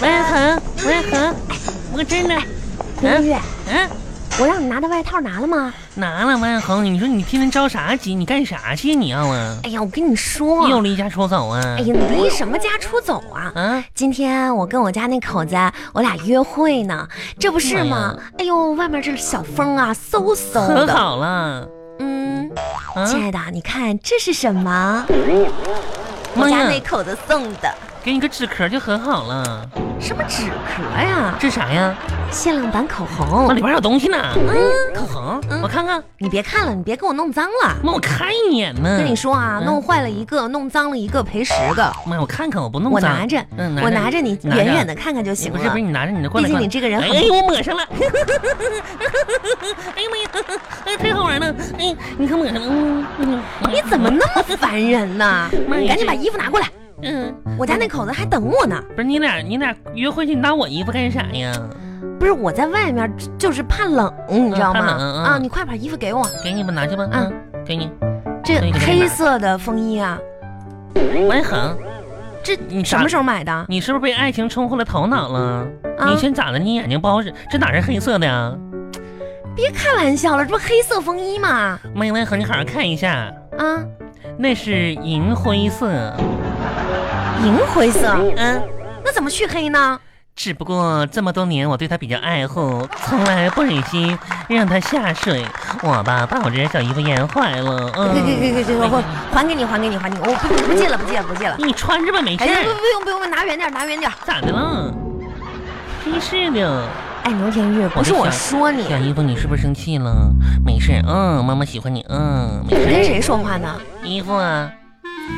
狠，我也狠，我真的，明嗯月，嗯，我让你拿的外套拿了吗？拿了万恒，你说你天天着啥急？你干啥去你要啊？哎呀，我跟你说你，又离家出走啊哎？呀，你离什么家出走啊？啊，今天我跟我家那口子，我俩约会呢，这不是吗？哎呦，外面这小风啊，嗖嗖可的。好了嗯，啊！亲爱的，你看这是什么？我妈家那呀，口子送的，给你个纸壳就很好了，什么纸壳呀？这啥呀？限量版口那红。里边还有东西呢，嗯，口红嗯，我看看，你别看了，你别给我弄脏了。妈，我看一眼呢。跟你，说啊，嗯弄坏了一个，弄脏了一个，赔十个。妈，我看看，我不弄我脏。拿着，嗯我拿着，你拿远远的看看就行不是了不是，。你拿着你的过毕来。竟过来你这个人哎很哎，我抹上了，哎呀妈呀，哎太好玩了，哎，你看抹上了，嗯嗯你怎么那么烦人呢？妈呀赶紧把衣服拿过来，嗯，我家那口子还等我呢。不是你俩你俩约会去，你拿我衣服干啥呀？不是我在外面就就是怕冷，你知道吗？怕冷嗯啊，你快把衣服给我，给你吧，拿去吧，嗯嗯，给你，这那个黑色的风衣啊，蛮狠，这你什啥么时候买的？你是不是被爱情冲昏了头脑了？啊你先咋的？你眼睛不好使？这哪是黑色的呀？别开玩笑了，这不黑色风衣吗？妈呀，万恒，你好好看一下，啊，那是银灰色，银灰色，嗯。那怎么去黑呢？只不过这么多年，我对他比较爱护，从来不忍心让他下水。我吧，把我这件小衣服淹坏了。给给给嗯，给给，我还给你，还给你，还给你，我不不借了，不借了，不借了。你穿着吧，没事哎呀，不儿。不用不用，拿远点，拿远点。咋的了？真是的，哎，牛天玉，不是我我就说你，小姨夫，你是不是生气了？没事，嗯，妈妈喜欢你，嗯，没你跟事。谁说话呢？衣服啊，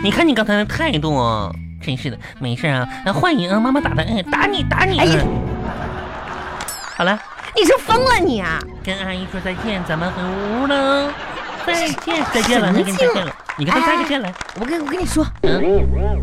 你看你刚才的态度，哦真是的，没事啊，那换你啊，妈妈打他，嗯，打你，打你。哎呀好了。你是疯了你啊！跟阿姨说再见，咱们回屋了。再见，再见了，再神见，经再啊见了。你跟他再个见来。我跟我跟你说，嗯，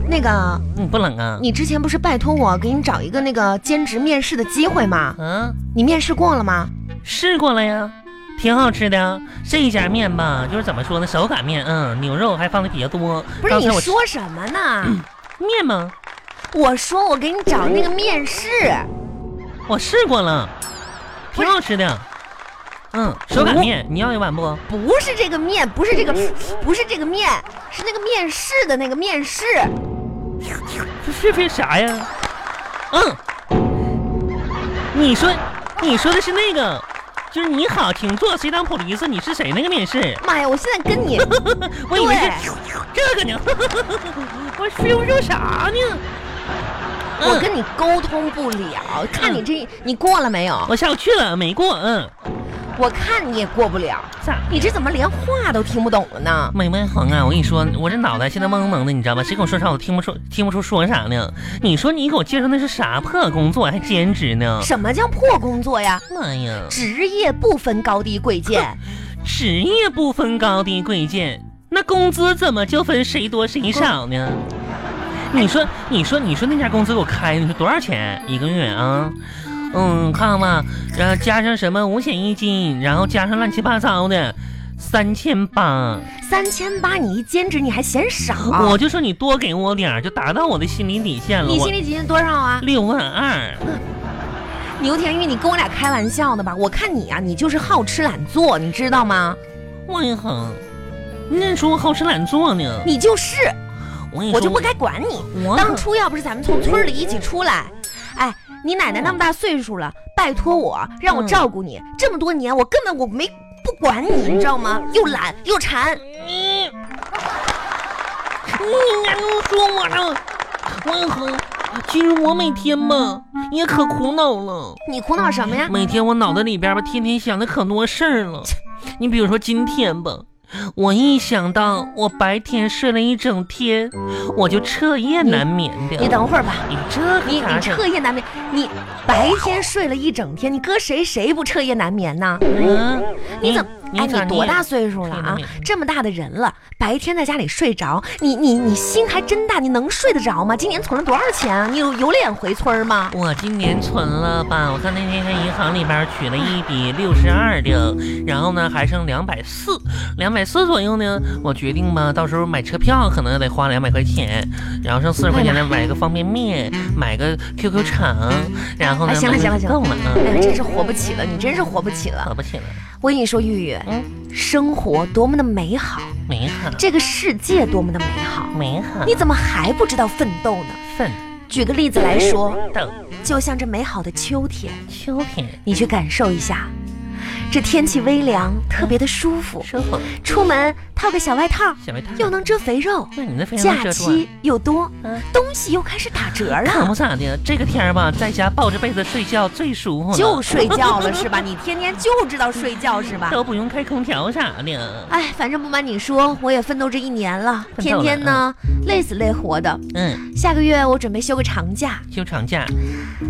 那个你不冷啊？你之前不是拜托我给你找一个那个兼职面试的机会吗？啊，你面试过了吗？试过了呀，挺好吃的啊。这家面吧，就是怎么说呢，手擀面，嗯，牛肉还放的比较多。不是刚你才我吃说什么呢？面吗？我说我给你找那个面试，我试过了，挺好吃的。嗯，手擀面，你要一碗不？不是这个面，不是这个，不是这个面，是那个面试的那个面试。这是不是啥呀？嗯，你说，你说的是那个，就是你好，请坐，谁当普利斯？你是谁那个面试？妈呀，我现在跟 你，我以为是这个呢， 我说不出啥呢。嗯、我跟你沟通不了。看你这，你过了没有？我下午去了，没过。嗯，我看你也过不了，咋？你这怎么连话都听不懂了呢？美美恒啊，我跟你说，我这脑袋现在懵懵的，你知道吧？谁跟我说啥，我都听不出，听不出说啥呢。你说你给我介绍那是啥破工作，还兼职呢？什么叫破工作呀？妈呀，职业不分高低贵 贱。职业不分高低贵贱，那工资怎么就分谁多谁少呢？你说，你说，你说那家公司给我开的是多少钱一个月啊？嗯，看吧，然后加上什么五险一金，然后加上乱七八糟的，三千八。三千八你一兼职你还嫌少？我就说你多给我点儿，就达到我的心理底线了。你心我里底薪多少啊？六万二，牛田玉，你跟我俩开玩笑呢吧？我看你啊，你就是好吃懒做，你知道吗？我也很，那时候我好吃懒做呢。你就是，我跟你说，我就不该管你。我当初要不是咱们从村里一起出来，哎，你奶奶那么大岁数了，拜托我让我照顾你，这么多年我根本我没不管你，你知道吗？又懒又馋，你，你敢说我呢？万恒，其实我每天吧也可苦恼了，你苦恼什么呀？每天我脑袋里边吧天天想的可多事儿了。你比如说今天吧，我一想到我白天睡了一整天，我就彻夜难眠的。你，等会儿吧。你这可你咋你整彻夜难眠，你白天睡了一整天，你搁谁谁不彻夜难眠呢？嗯，你怎么？你哎，你咋多也大岁数了天啊哪？这么大的人了，白天在家里睡着，你你你心还真大，你能睡得着吗？今年存了多少钱啊？你有有脸回村吗？我今年存了吧，我看那天在银行里边取了一笔六十二的，然后呢还剩两百四，两百四左右呢，我决定吧，到时候买车票可能得花两百块钱，然后剩四十块钱呢买个方便面，买个 QQ 肠，然后呢哎，行了买行了个行够了啊，哎呀，真是活不起了，你真是活不起了。合不起来，我跟你说，玉玉，嗯生活多么的美好，美好这个世界多么的美好，美好，你怎么还不知道奋斗呢？奋举个例子来说，斗就像这美好的秋天，秋天你去感受一下，这天气微凉，特别的舒服，舒服，出门套个小外套，小白兔，又能遮肥肉，那你那非常假遮住啊期又多嗯，东西又开始打折可不了。咋的，这个天儿吧，在家抱着被子睡觉最舒服了，就睡觉了是吧？你天天就知道睡觉 是吧？都不用开空调啥的。哎，反正不瞒你说，我也奋斗这一年了，奋斗天了天呢累死累活的。嗯，下个月我准备休个长假，休长假，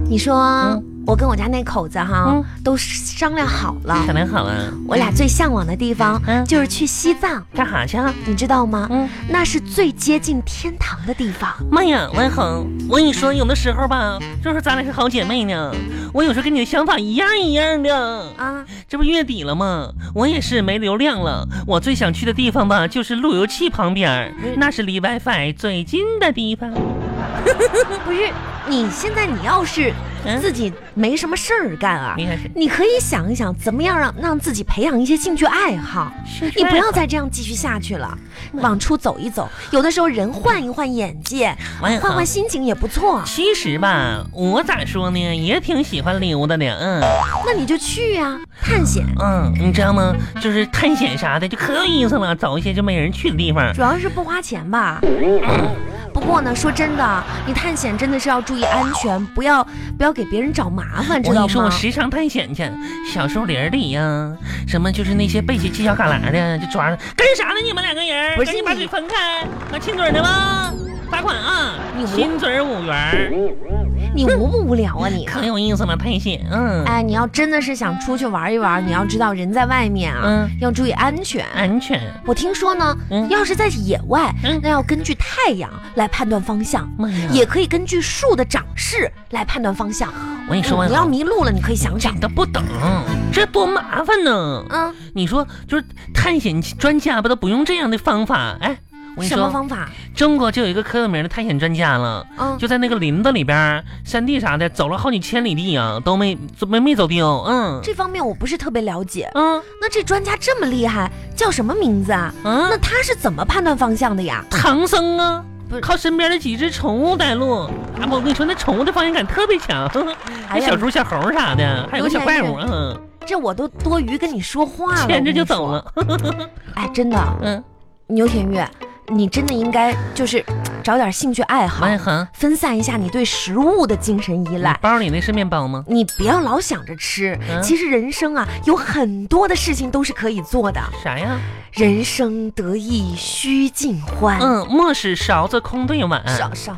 你说、嗯我跟我家那口子哈、嗯都商量好了，商量好啊，我俩最向往的地方嗯就是去西藏，干啥去啊？你知道吗？嗯，那是最接近天堂的地方。妈呀，万恒，我跟你说，有的时候吧，就是咱俩是好姐妹呢。我有时候跟你的想法一样一样的。啊，这不月底了吗？我也是没流量了。我最想去的地方吧，就是路由器旁边儿，嗯那是离 WiFi 最近的地方。不是，你现在你要是嗯自己没什么事儿干啊，你看是，你可以想一想，怎么样让让自己培养一些兴趣爱好。你不哎要再这样继续下去了，往出走一走，有的时候人换一换眼界，万换恒换。心情也不错。其实吧，我咋说呢，也挺喜欢溜达的，嗯。那你就去呀、探险。嗯，你知道吗？就是探险啥的，就可有意思了。找一些就没人去的地方。主要是不花钱吧。不过呢，说真的，你探险真的是要注意安全，不要不要给别人找麻烦，知我跟道你说，我吗？时常探险去，小树林里呀、什么就是那些背起犄角旮旯的，就抓着干啥呢？你们两个人，不是赶紧把你嘴分开，啊，亲嘴的吧，罚款啊你！无亲嘴五元儿，你无不无聊啊你？可有意思了，探险，嗯，哎，你要真的是想出去玩一玩，你要知道人在外面啊，嗯要注意安全。安全。我听说呢，嗯要是在野外，嗯那要根据太阳来判断方向，妈呀！也可以根据树的长势来判断方向。嗯我跟你说，你要迷路了，你可以想这找。都不懂，这多麻烦呢。嗯，你说，就是探险专家不都不用这样的方法？哎，我跟你嗯什么说，方法？中国就有一个可有名的探险专家了，嗯，就在那个林子里边儿、山地啥的，走了好几千里地啊，都没没没走丢。嗯，这方面我不是特别了解。嗯那这专家这么厉害，叫什么名字啊？嗯，那他是怎么判断方向的呀？唐僧啊不是，靠身边的几只宠物带路。啊，我跟你说，那宠物的方向感特别 强，哎那呀小猪、小猴啥的，还有个小怪物，嗯，这我都多余跟你说话了，牵着就啊我走跟你说。了。哎，真的，嗯，牛田月，你真的应该就是找点兴趣爱好王，一恒，分散一下你对食物的精神依你赖。包里那是面包吗？你不要老想着吃，嗯其实人生啊有很多的事情都是可以做的。啥呀？人生得意须尽欢，嗯嗯，莫使勺子空对碗。少少